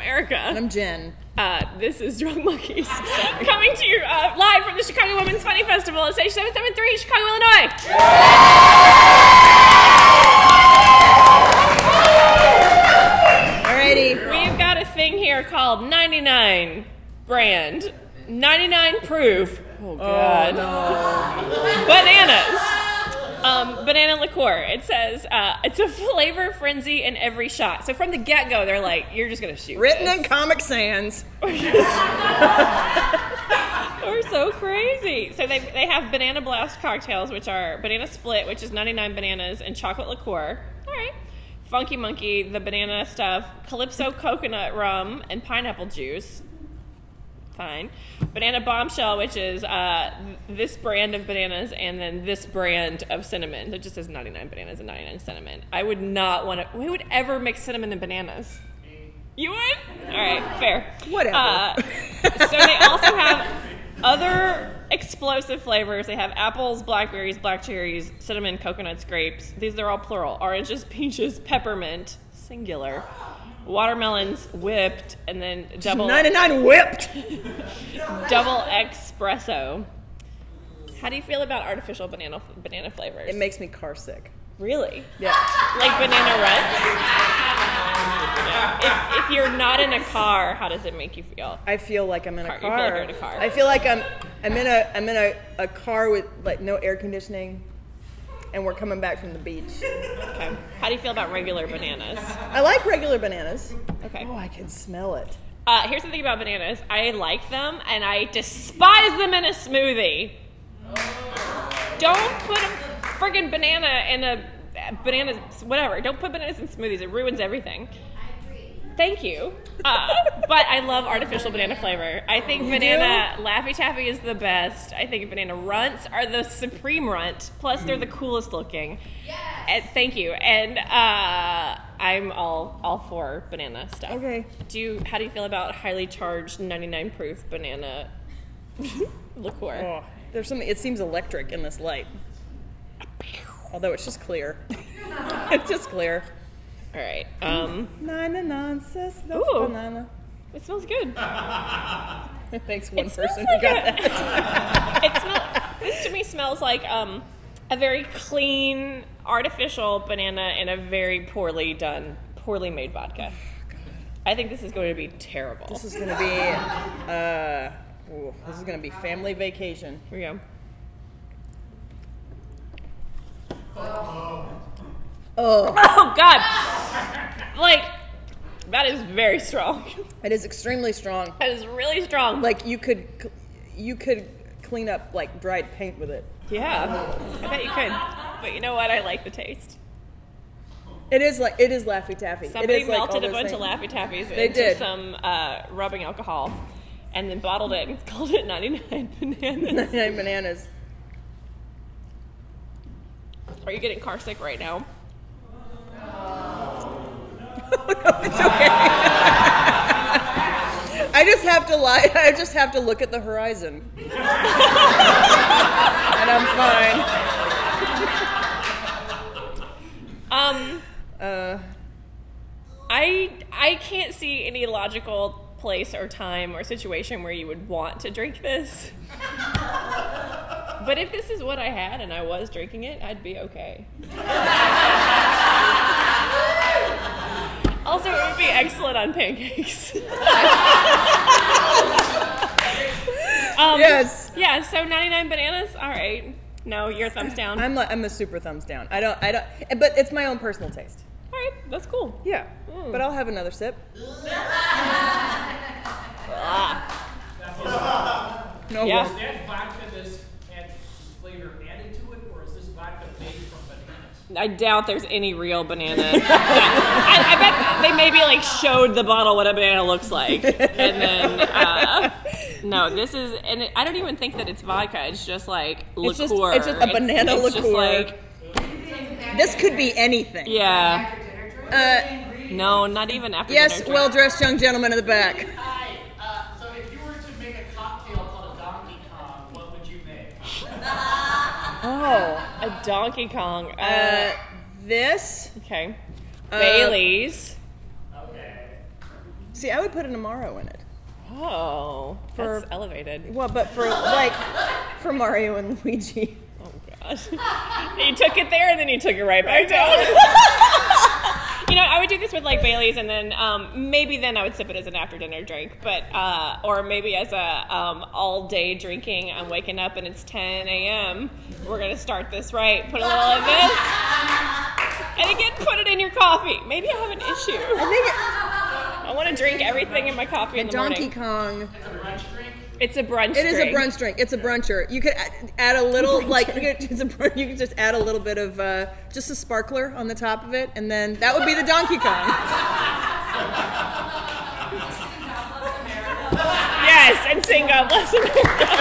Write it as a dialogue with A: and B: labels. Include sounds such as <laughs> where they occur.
A: Adam Jen.
B: Uh, this is Drunk Monkeys coming to you uh, live from the Chicago Women's Funny Festival at Stage 773, Chicago, Illinois.
A: Alrighty.
B: We've got a thing here called 99 brand, 99 proof. Oh god. Bananas. Um, banana liqueur. It says uh, it's a flavor frenzy in every shot. So from the get go, they're like, "You're just gonna shoot."
A: Written
B: this.
A: in Comic Sans.
B: We're so crazy. So they, they have banana blast cocktails, which are banana split, which is 99 bananas, and chocolate liqueur. All right. Funky Monkey, the banana stuff, Calypso coconut rum, and pineapple juice. Fine. Banana bombshell, which is uh, th- this brand of bananas and then this brand of cinnamon. So It just says 99 bananas and 99 cinnamon. I would not want to. Who would ever mix cinnamon and bananas? You would? All right, fair.
A: Whatever.
B: Uh, so they also have other explosive flavors. They have apples, blackberries, black cherries, cinnamon, coconuts, grapes. These are all plural. Oranges, peaches, peppermint, singular. Watermelons, whipped, and then double
A: 99 whipped.
B: double espresso. How do you feel about artificial banana banana flavors?
A: It makes me car sick.
B: really
A: Yeah.
B: like banana ruts. If, if you're not in a car, how does it make you feel?
A: I feel like I'm in
B: Car-
A: a
B: you feel like
A: car.
B: you're in a car.
A: I feel like I'm I'm in a I'm in a, a car with like no air conditioning and we're coming back from the beach.
B: Okay. How do you feel about regular bananas?
A: I like regular bananas.
B: Okay.
A: Oh, I can smell it.
B: Uh, here's the thing about bananas. I like them and I despise them in a smoothie. Don't put a friggin' banana in a banana, whatever. Don't put bananas in smoothies. It ruins everything. Thank you. Uh, but I love artificial banana flavor. I think banana Laffy Taffy is the best. I think banana runts are the supreme runt. Plus, they're the coolest looking. Yes. thank you. And uh, I'm all all for banana stuff.
A: Okay.
B: Do you, how do you feel about highly charged 99 proof banana <laughs> liqueur?
A: Oh, there's some it seems electric in this light. Although it's just clear. <laughs> it's just clear.
B: All right. Um,
A: Nine and nine sis, that's
B: Ooh.
A: banana. <laughs>
B: it smells good.
A: Thanks one
B: smells
A: person
B: like
A: who got
B: a-
A: that.
B: It smell, this to me smells like um, a very clean artificial banana in a very poorly done, poorly made vodka. I think this is going to be terrible.
A: Oh, This is gonna be uh ooh, this is gonna be family vacation.
B: Here we go.
A: Oh,
B: Oh God! Like that is very strong. <laughs>
A: it is extremely strong.
B: That is really strong.
A: Like you could, cl- you could clean up like dried paint with it.
B: yeah, I bet you could. But you know what? I like the taste.
A: It is like it is Laffy Taffy. it
B: Somebody
A: is
B: melted
A: like
B: a
A: all
B: bunch
A: those
B: of
A: things.
B: Laffy Tappies
A: They
B: into
A: did.
B: some uh, rubbing alcohol and then bottled it and <laughs> called it 99 Bananas.
A: <laughs> Nine bananas.
B: Are you getting car sick right now?
A: It's okay. I just have to lie. <laughs> I just have to look at
B: <laughs>
A: the horizon, and I'm fine.
B: Um,
A: Uh.
B: I, I can't see any logical place or time or situation where you would want to drink this. but if this is what I had and I was drinking it, I'd be okay. also, it would be excellent on
A: <laughs>
B: pancakes. Um,
A: Yes.
B: Yeah, so 99 bananas? All right. No, your thumbs down.
A: I'm like I'm a super thumbs down. I don't. I don't. But it's my own personal taste.
B: All right, that's cool.
A: Yeah.
B: Hmm.
A: But I'll have
B: <laughs>
A: another sip. no.
B: Yeah.
A: well,
C: Is that vodka that's had flavor added to it, or is this vodka made from bananas?
B: I doubt there's any real banana. <laughs> I, I bet they maybe like showed the bottle what a banana looks like, and then uh, no, this is and it, I don't even think that it's vodka. It's just like liqueur.
A: It's just- it's just a banana
B: it's Just
A: liqueur.
B: like,
A: This could be anything.
B: yeah,
A: Uh,
B: no, not even after.
A: yes,
B: dinner
A: well
B: drink.
A: dressed young gentleman in the back.
C: Hi, uh, so if you were to make a cocktail called a Donkey Kong, what would you make?
A: Oh.
B: a Donkey Kong. Uh,
A: Uh, this.
B: okay, Bailey's.
C: Okay.
A: See, I would put an Amaro in it.
B: Oh,
A: For-
B: that's elevated.
A: Well, but for like for Mario and Luigi.
B: Oh <laughs> gosh. you took it there and then you took it right back down. you know, I would do this with like Bailey's and then um, maybe then I would sip it as an after dinner drink, but uh, or maybe as a um, all day drinking. I'm waking up and it's 10 a.m. We're gonna start this right. Put a little of this. And again, put it in your coffee. Maybe I have an issue.
A: I think
B: I want to drink everything in my coffee in
A: it,
B: the
A: Donkey
B: morning.
A: Kong.
B: It's a brunch.
A: It is a
B: drink.
A: brunch drink. It's a bruncher. You could add, add a little like you could, it's a brun- you could just add a little bit of uh, just a sparkler on the top of it, and then that would be the Donkey Kong.
B: <laughs> Yes, and sing God Bless America. Oh,